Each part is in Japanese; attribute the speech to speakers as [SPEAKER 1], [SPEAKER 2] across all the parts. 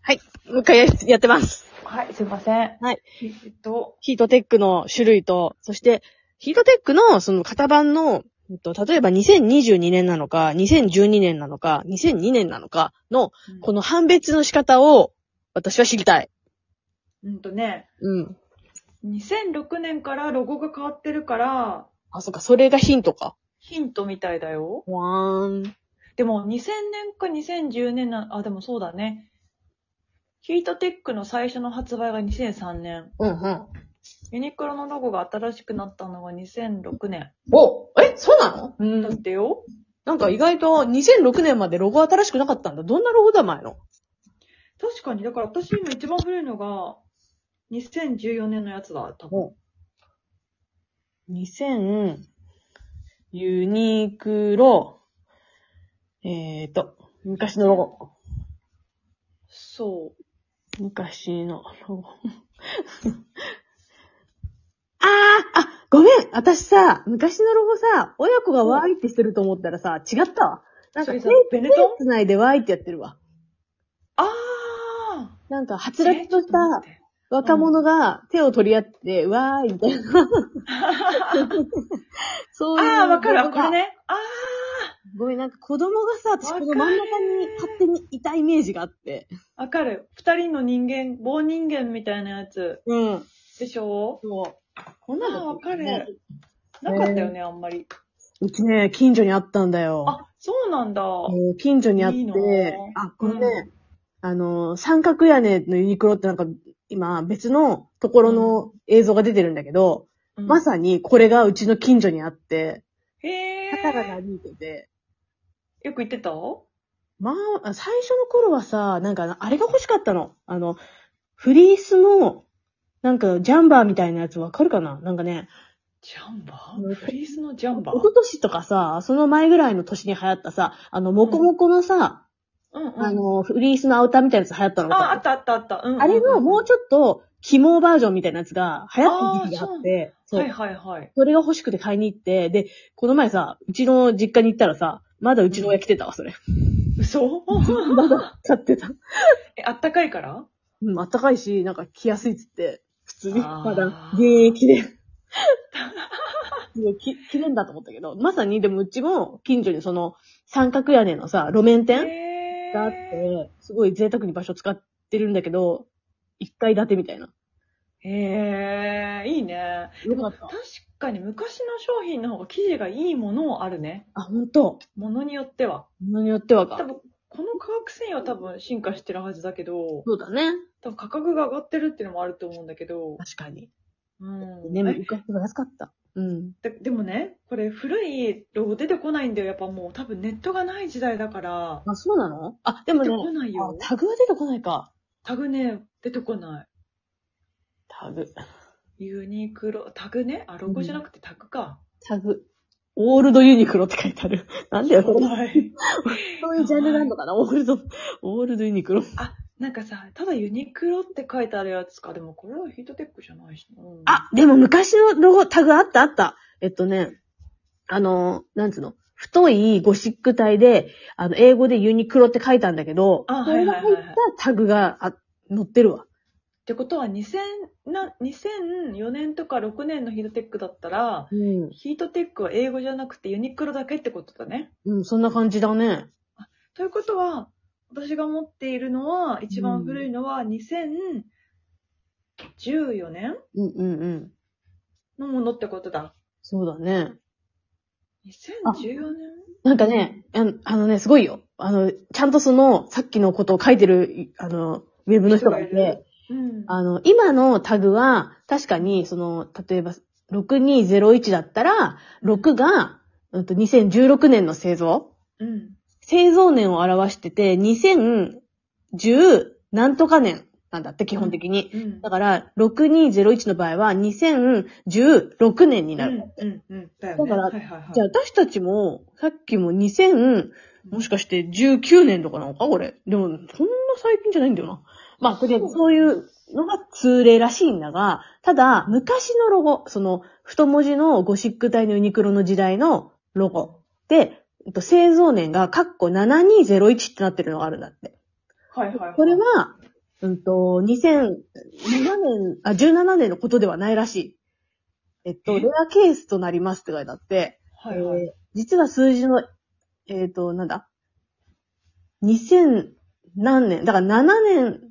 [SPEAKER 1] はい。もう一回ややってます。
[SPEAKER 2] はい、すいません。
[SPEAKER 1] はい。
[SPEAKER 2] えっと、
[SPEAKER 1] ヒートテックの種類と、そして、ヒートテックのその型番の、うんと例えば2022年なのか、2012年なのか、2002年なのかの、こ
[SPEAKER 2] の、
[SPEAKER 1] の判別の仕方を、私は知りたい。
[SPEAKER 2] うんとね、
[SPEAKER 1] うん。
[SPEAKER 2] 2006年からロゴが変わってるから、
[SPEAKER 1] あ、そっか、それがヒントか。
[SPEAKER 2] ヒントみたいだよ。
[SPEAKER 1] わーん。
[SPEAKER 2] でも、2000年か2010年な、あ、でもそうだね。ヒートテックの最初の発売が2003年。
[SPEAKER 1] うんうん。
[SPEAKER 2] ユニクロのロゴが新しくなったのが2006年。
[SPEAKER 1] おえ、そうなの
[SPEAKER 2] うん。だってよ。
[SPEAKER 1] なんか意外と2006年までロゴ新しくなかったんだ。どんなロゴだ、前の。
[SPEAKER 2] 確かに、だから私今一番古いのが、2014年のやつだ、多分。
[SPEAKER 1] もう、2000、ユニクロ、えーと、昔のロゴ。
[SPEAKER 2] そ
[SPEAKER 1] 昔のロゴ。 あーあ、ごめん私さ、昔のロゴさ、親子がワーイってしてると思ったらさ、違ったわ。
[SPEAKER 2] う。
[SPEAKER 1] なんか
[SPEAKER 2] それ
[SPEAKER 1] テー
[SPEAKER 2] さ
[SPEAKER 1] プ、
[SPEAKER 2] ベネトン
[SPEAKER 1] つないでワーイってやってるわ。
[SPEAKER 2] ああ
[SPEAKER 1] なんか、は
[SPEAKER 2] つ
[SPEAKER 1] つらつとした。若者が手を取り合って、わーいみたい な。そういう。
[SPEAKER 2] ああ、わかる。これ。ね。ああ。
[SPEAKER 1] ごめん、なんか子供がさ、私
[SPEAKER 2] わ
[SPEAKER 1] こ
[SPEAKER 2] かる
[SPEAKER 1] の真ん中に勝手にいたイメージがあって。
[SPEAKER 2] わかる。二人の人間、棒人間みたいなやつ。
[SPEAKER 1] うん。
[SPEAKER 2] でしょ
[SPEAKER 1] そう。こんな
[SPEAKER 2] ああ、
[SPEAKER 1] の
[SPEAKER 2] わかる。。なかったよね、あんまり。
[SPEAKER 1] うちね、近所にあったんだよ。
[SPEAKER 2] あ、そうなんだ。
[SPEAKER 1] もう近所にあっ
[SPEAKER 2] いいな
[SPEAKER 1] て、あ、これね、あの、三角屋根のユニクロってなんか、今別のところの映像が出てるんだけど、
[SPEAKER 2] うん
[SPEAKER 1] まさにこれがうちの近所にあって、
[SPEAKER 2] へえ。
[SPEAKER 1] 肩が歩いてて、
[SPEAKER 2] よく言ってた
[SPEAKER 1] まあ、最初の頃はさ、なんか、あれが欲しかったの。あの、フリースの、なんか、ジャンバーみたいなやつわかるかななんかね、
[SPEAKER 2] ジャンバ
[SPEAKER 1] うん
[SPEAKER 2] ーフリースのジャンバー
[SPEAKER 1] 一昨年とかさ、その前ぐらいの年に流行ったさ、あの、モコモコのさ、
[SPEAKER 2] うんうん。
[SPEAKER 1] あの、フリースのアウターみたいなやつ流行ったの。
[SPEAKER 2] あ、あったあったあった。うんうんうん
[SPEAKER 1] あれのもうちょっと、肝バージョンみたいなやつが流行った時期があって、そう
[SPEAKER 2] はいはいはい。
[SPEAKER 1] それが欲しくて買いに行って、で、この前さ、うちの実家に行ったらさ、まだうちの親来てたわ、それ。
[SPEAKER 2] 嘘
[SPEAKER 1] まだ買ってた。
[SPEAKER 2] え、あったかいから
[SPEAKER 1] うん、あったかいし、なんか着やすいっつって、普通に、
[SPEAKER 2] あー
[SPEAKER 1] まだ、現役で。すごい、き、着るんだと思ったけど、まさに、でもうちも、近所にその、三角屋根のさ、路面店
[SPEAKER 2] へえ。
[SPEAKER 1] があって、すごい贅沢に場所使ってるんだけど、一階建てみたいな。
[SPEAKER 2] へえ、いいね。
[SPEAKER 1] よかった
[SPEAKER 2] 確。かに昔の商品の方が生地がいいものあるね。
[SPEAKER 1] あ、ほんと。
[SPEAKER 2] ものによっては。
[SPEAKER 1] ものによっては
[SPEAKER 2] 多
[SPEAKER 1] か。
[SPEAKER 2] 分、この化学繊維は多分進化してるはずだけど、
[SPEAKER 1] そうだね。
[SPEAKER 2] 多分価格が上がってるっていうのもあると思うんだけど、
[SPEAKER 1] 確かに。
[SPEAKER 2] うん。
[SPEAKER 1] ね、
[SPEAKER 2] え
[SPEAKER 1] 昔は安かった。うん。
[SPEAKER 2] ででもね、これ古いロゴ出てこないんだよ。やっぱもう多分ネットがない時代だから、
[SPEAKER 1] あ、そうなのあ、で
[SPEAKER 2] 出
[SPEAKER 1] も
[SPEAKER 2] て
[SPEAKER 1] ね、
[SPEAKER 2] こないよ
[SPEAKER 1] あ。タグは出てこないか。
[SPEAKER 2] タグね、出てこな
[SPEAKER 1] タグ。
[SPEAKER 2] い。ユニクロ、タグね。あ、ロゴじゃなくてタグか。
[SPEAKER 1] タグ。オールドユニクロって書いてある。なんだよ、それ。
[SPEAKER 2] はい。
[SPEAKER 1] そういうジャンルなのかなオールド、オールドユニクロ。
[SPEAKER 2] なんかさ、ただユニクロって書いてあるやつか。でもこれはヒートテックじゃないし。うん、
[SPEAKER 1] あ、でも昔のロゴ、タグあったあった。えっとね、あの、なんつうの。太いゴシック体で、あの、英語でユニクロって書いたんだけど、
[SPEAKER 2] あ
[SPEAKER 1] それが
[SPEAKER 2] はい
[SPEAKER 1] 入
[SPEAKER 2] はい
[SPEAKER 1] っ
[SPEAKER 2] はいはい
[SPEAKER 1] たタグが、あ、載ってるわ。
[SPEAKER 2] ってことは2000な2004年とか6年のヒートテックだったら
[SPEAKER 1] うん。
[SPEAKER 2] ヒートテックは英語じゃなくてユニクロだけってことだね。
[SPEAKER 1] うん、そんな感じだね。
[SPEAKER 2] ということは私が持っているのは一番古いのは2014年
[SPEAKER 1] うんうんうん。
[SPEAKER 2] のものってことだ。
[SPEAKER 1] そうだね。
[SPEAKER 2] 2014年
[SPEAKER 1] なんかね、あのあのね、すごいよ。あの、ちゃんとその、さっきのことを書いてる、いあの、ウェブの人がい
[SPEAKER 2] 人がい
[SPEAKER 1] て
[SPEAKER 2] る、うん。
[SPEAKER 1] あの、今のタグは、確かに、その、例えば、6201だったら、6が、うんと、2016年の製造
[SPEAKER 2] うん。
[SPEAKER 1] 製造年を表してて、2010なんとか年なんだって、基本的に。
[SPEAKER 2] うん。
[SPEAKER 1] だから、6201の場合は、2016年になる。
[SPEAKER 2] うん。うん。うん。だよね。
[SPEAKER 1] だから
[SPEAKER 2] はいはいはい。
[SPEAKER 1] じゃあ、私たちも、さっきも2000、もしかして19年とかなのかこれ。でも、そんな最近じゃないんだよな。まあ、とりあえずそういうのが通例らしいんだが、ただ、昔のロゴ、その、太文字のゴシック体のユニクロの時代のロゴで、えっと製造年が、カッコ7201ってなってるのがあるんだって。
[SPEAKER 2] はいはいはい。
[SPEAKER 1] これは、うんと、2007年、あ、17年のことではないらしい。えっと、
[SPEAKER 2] え
[SPEAKER 1] レアケースとなりますって書いてあって、
[SPEAKER 2] はいはい。
[SPEAKER 1] えー実は数字の、えっ、と、なんだ ?2000 何年だから7年、う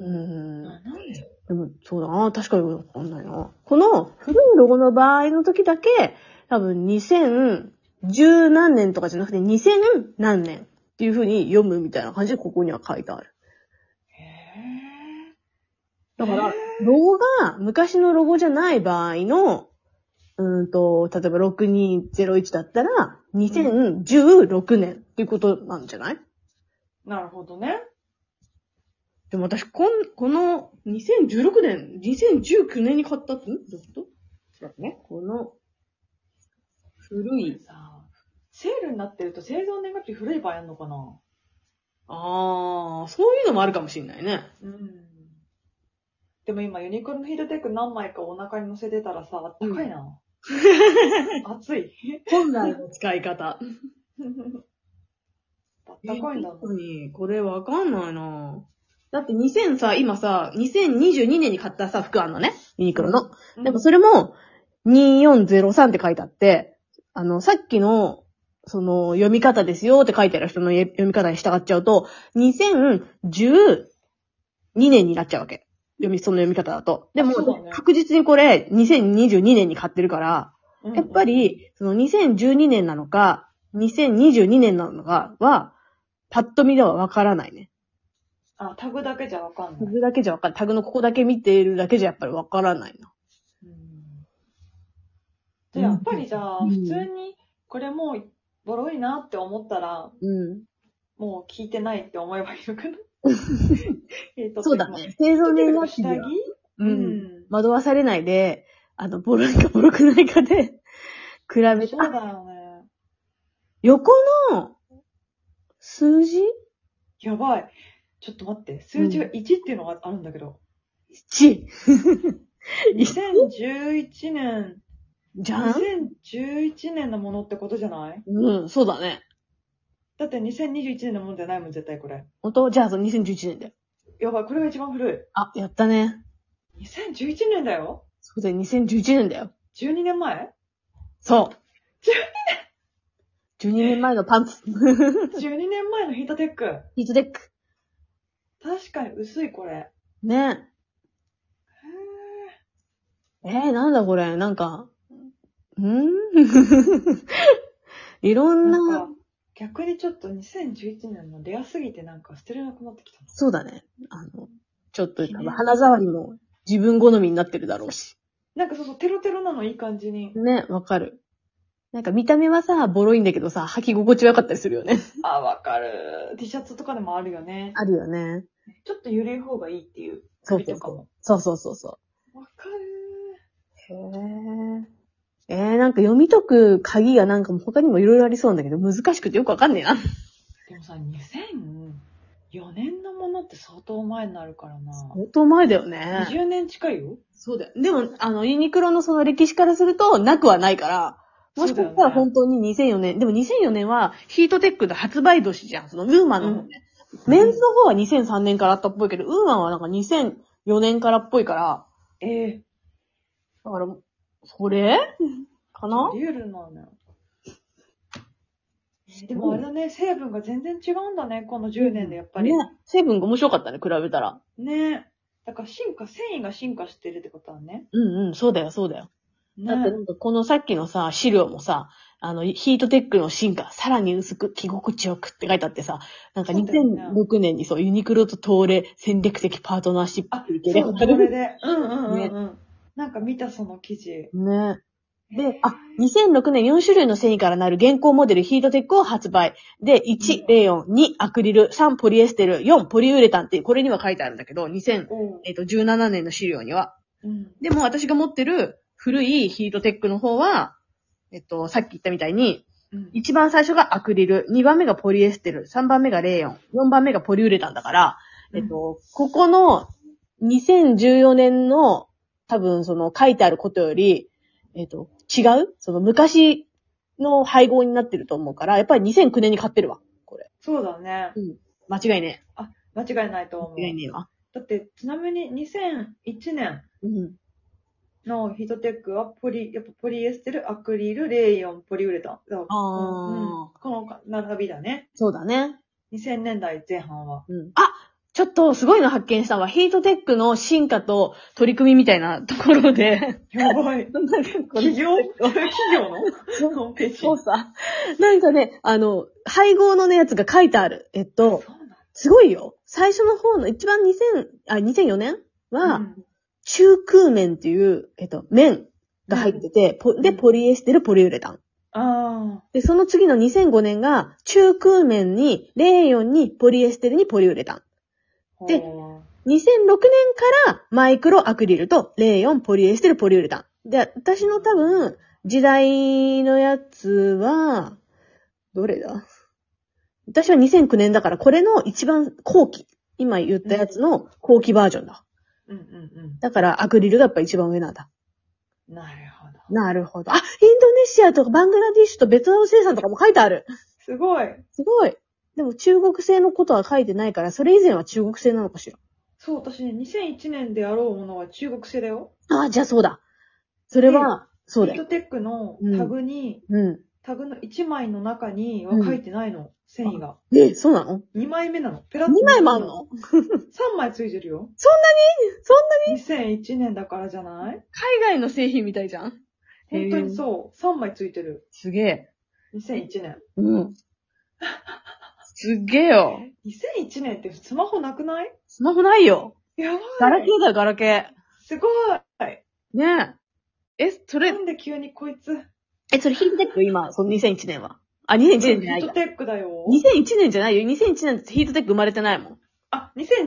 [SPEAKER 1] ーん、
[SPEAKER 2] なんで
[SPEAKER 1] でも、そうだな。確かにわかんないな。この古いロゴの場合の時だけ、多分2010何年とかじゃなくて2000何年っていう風に読むみたいな感じでここには書いてある。
[SPEAKER 2] へ
[SPEAKER 1] だから、ロゴが昔のロゴじゃない場合の、うーんと、例えば6201だったら2016年っていうことなんじゃない
[SPEAKER 2] ーなるほどね。
[SPEAKER 1] でも私、こん、この2016年、2019年に買ったって、んどういうことそうだね。この、古い。
[SPEAKER 2] さあ、セールになってると製造年月日古い場合あるのかな
[SPEAKER 1] あー、そういうのもあるかもしんないね。
[SPEAKER 2] うん。でも今ユニクロのヒートテック何枚かお腹に乗せてたらさ、あったかいな。暑い。
[SPEAKER 1] 本来の使い方。
[SPEAKER 2] あったかいんだ
[SPEAKER 1] 本当に、これわかんないなだって2000さ、今さ、2022年に買ったさ、服あんのね。ユニクロの。
[SPEAKER 2] な。
[SPEAKER 1] でもそれも、2403って書いてあって、あの、さっきの、その、読み方ですよって書いてある人のえ読み方に従っちゃうと、2012年になっちゃうわけ。読み、その読み方だと。でも、
[SPEAKER 2] そうだね
[SPEAKER 1] 確実にこれ、2022年に買ってるから、
[SPEAKER 2] うん
[SPEAKER 1] やっぱ、り、その2012年なのか、2022年なのかは、パッと見ではわからないね。
[SPEAKER 2] あ、タグだけじゃわかん
[SPEAKER 1] タ
[SPEAKER 2] ない。
[SPEAKER 1] グだけじゃわかんタグのここだけ見ているだけじゃやっぱりわからないな。
[SPEAKER 2] うんじゃあやっぱりじゃあ、
[SPEAKER 1] うん
[SPEAKER 2] 普通にこれもうボロいなって思ったら、
[SPEAKER 1] うん。
[SPEAKER 2] もう聞いてないって思えばいいのかな。えーと
[SPEAKER 1] そうだ。ね。製造年
[SPEAKER 2] 今
[SPEAKER 1] 月日
[SPEAKER 2] 下
[SPEAKER 1] で
[SPEAKER 2] 着
[SPEAKER 1] はう。
[SPEAKER 2] うんん。
[SPEAKER 1] 惑わされないで、あの、ボロいかボロくないかで、比べて
[SPEAKER 2] そ、
[SPEAKER 1] あ
[SPEAKER 2] うだよね。
[SPEAKER 1] 横の数字
[SPEAKER 2] やばい。ちょっと待って、数字が1っていうのがあるんだけ ど。
[SPEAKER 1] ?1!
[SPEAKER 2] 2011年、
[SPEAKER 1] じゃん
[SPEAKER 2] 2011年のものってことじゃない
[SPEAKER 1] うん、そうだね。
[SPEAKER 2] だって2021年のものじゃないもん、絶対これ。
[SPEAKER 1] 本当じゃあ、そう2011年だよ。
[SPEAKER 2] やばい、これが一番古
[SPEAKER 1] あ、やったね。
[SPEAKER 2] い。2011年だよ
[SPEAKER 1] そうだよ、2011年だよ。
[SPEAKER 2] ?12 年 前
[SPEAKER 1] そう。12年前のパンツ。
[SPEAKER 2] ?12 年前のヒートテック。
[SPEAKER 1] ヒートデック。
[SPEAKER 2] 確かに薄い、これ。
[SPEAKER 1] ねえ。えー、なんだこれ、なんか、ん ーいろん
[SPEAKER 2] なん
[SPEAKER 1] な
[SPEAKER 2] か、逆にちょっと2011年のレアすぎてなんか捨てれなくなってきた。
[SPEAKER 1] そうだね。あの、ちょっと、多分鼻触りも自分好みになってるだろうし。
[SPEAKER 2] なんかそうそう、テロテロなのいい感じに。
[SPEAKER 1] ね、わかる。なんか見た目はさ、ボロいんだけどさ、履き心地は良かったりするよね。
[SPEAKER 2] あ、わかる。T シャツとかでもあるよね。
[SPEAKER 1] あるよね。
[SPEAKER 2] ちょっと揺れる方がいいっていう。
[SPEAKER 1] そうそう
[SPEAKER 2] 首とかも
[SPEAKER 1] そう。そうそうそ
[SPEAKER 2] わか
[SPEAKER 1] う
[SPEAKER 2] る。
[SPEAKER 1] そう。へえ。えー、なんか読み解く鍵がなんかもう他にもいろいろありそうなんだけど、難しくてよくわかんねえな。
[SPEAKER 2] でもさ、2004年のものって相当前になるからな。
[SPEAKER 1] 相当前だよね。
[SPEAKER 2] 20年近いよ。
[SPEAKER 1] そうだよ。でも、あの、ユニクロのその歴史からすると、なくはないから、もしかし
[SPEAKER 2] そう
[SPEAKER 1] た
[SPEAKER 2] だよ
[SPEAKER 1] ら
[SPEAKER 2] ね
[SPEAKER 1] 本当に2004年、でも2004年はヒートテックの発売年じゃん。そのウーマンの方ね。
[SPEAKER 2] うん
[SPEAKER 1] メンズの方は2003年からあったっぽいけど、ウーマンはなんか2004年からっぽいから、
[SPEAKER 2] ええ
[SPEAKER 1] だから、それかな
[SPEAKER 2] あり得るなね。えーでもあれだね、成分が全然違うんだね、この10年でやっぱり。
[SPEAKER 1] ね。成分が面白かったね、比べたら。
[SPEAKER 2] ねだから進化、繊維が進化してるってことはね。
[SPEAKER 1] うんうん、そうだよ、そうだよ。だ
[SPEAKER 2] ね
[SPEAKER 1] ってなんかこのさっきのさ、資料もさ、あの、ヒートテックの進化、さらに薄く、着心地よくって書いてあってさ、なんか
[SPEAKER 2] そうだよね
[SPEAKER 1] 2006年にそう、ユニクロと東レ戦略的パートナーシップ
[SPEAKER 2] あ
[SPEAKER 1] っ、ていうけ
[SPEAKER 2] そう、
[SPEAKER 1] ど
[SPEAKER 2] これで。うんうんうんうん。なんか見たその記事。
[SPEAKER 1] ね。で、
[SPEAKER 2] へ
[SPEAKER 1] あ、2006年4種類の繊維からなる現行モデルヒートテックを発売。で、1、レイヨン、2、アクリル、3、ポリエステル、4、ポリウレタンっていう、これには書いてあるんだけど、2017
[SPEAKER 2] ーおう
[SPEAKER 1] 年の資料には。
[SPEAKER 2] うん。
[SPEAKER 1] でも私が持ってる古いヒートテックの方は、えっと、さっき言ったみたいに、
[SPEAKER 2] うん
[SPEAKER 1] 一番最初がアクリル、二番目がポリエステル、三番目がレーヨン、四番目がポリウレタンだから、
[SPEAKER 2] うん
[SPEAKER 1] えっと、ここの2014年の多分その書いてあることより、えっと、違うその昔の配合になってると思うから、やっぱり2009年に買ってるわ。
[SPEAKER 2] そうだね。
[SPEAKER 1] 間違いね
[SPEAKER 2] 間違いないと思う。
[SPEAKER 1] え。間違いねえわ。
[SPEAKER 2] だって、ちなみに2001年
[SPEAKER 1] うん。
[SPEAKER 2] のヒートテックはポリ、やっぱポリエステル、アクリル、レイヨン、ポリウレタン。だからうんうん
[SPEAKER 1] ああ、
[SPEAKER 2] この並びだね。
[SPEAKER 1] そうだね。
[SPEAKER 2] 2000年代前半は。
[SPEAKER 1] うん。あちょっとすごいの発見したわ。ヒートテックの進化と取り組みみたいなところ で。
[SPEAKER 2] やばい。
[SPEAKER 1] なんかこれ
[SPEAKER 2] 企業企業のホームページ。
[SPEAKER 1] そうさ。なんかね、あの、配合のね、やつが書いてある。えっと、
[SPEAKER 2] そう
[SPEAKER 1] すごいよ。最初の方の、一番2000、あ、2004年は、
[SPEAKER 2] なんだ
[SPEAKER 1] 中空麺っていう、えっと、麺が入ってて、ポで、ポリエステル、ポリウレタン。
[SPEAKER 2] うんあ
[SPEAKER 1] で、その次の2005年が、中空麺に、レーヨンに、ポリエステルにポリウレタン。
[SPEAKER 2] あ。
[SPEAKER 1] で
[SPEAKER 2] ほ
[SPEAKER 1] 2006年から、マイクロアクリルと、レーヨン、ポリエステル、ポリウレタン。で、私の多分、時代のやつは、どれだ私は2009年だから、これの一番後期。今言ったやつの後期バージョンだ。
[SPEAKER 2] ううんうん
[SPEAKER 1] だから、アクリルがやっぱ一番上なんだ。
[SPEAKER 2] うん。なるほど。
[SPEAKER 1] なるほど。あ、インドネシアとかバングラディッシュとベトナム生産とかも書いてある。
[SPEAKER 2] すごい。
[SPEAKER 1] すごい。でも中国製のことは書いてないから、それ以前は中国製なのかしら。
[SPEAKER 2] そう、私ね、2001年であろうものは中国製だよ。
[SPEAKER 1] ああ、じゃあそうだ。それは、そうだ
[SPEAKER 2] ヒー
[SPEAKER 1] よ。
[SPEAKER 2] トテックのタグに、
[SPEAKER 1] う
[SPEAKER 2] タグの1枚の中には書いてないの、繊維が。
[SPEAKER 1] ん。え、そうなの
[SPEAKER 2] 2枚目なの。ペラッ
[SPEAKER 1] ?2 枚もあんの
[SPEAKER 2] ?3 枚ついてるよ。
[SPEAKER 1] そん
[SPEAKER 2] なにそんなに ?2001 年だからじゃない
[SPEAKER 1] 海外の製品みたいじゃん
[SPEAKER 2] 本当にそう。3枚ついてる。
[SPEAKER 1] すげえ。
[SPEAKER 2] 2001年。
[SPEAKER 1] うん。すっげえよ。
[SPEAKER 2] 2001年ってスマホなくない
[SPEAKER 1] スマホないよ。
[SPEAKER 2] やばい。
[SPEAKER 1] ガラケーだよ、ガラケ
[SPEAKER 2] すごい。
[SPEAKER 1] ー。ねえ。え、それ
[SPEAKER 2] な、んで急にこいつ。
[SPEAKER 1] え、それヒートテック今、その2001年は。あ、2001年じゃない
[SPEAKER 2] ヒ
[SPEAKER 1] や
[SPEAKER 2] ート。テックだよ。
[SPEAKER 1] 2001年じゃないよ。2001年ってヒートテック生まれてないもん。
[SPEAKER 2] あ、2000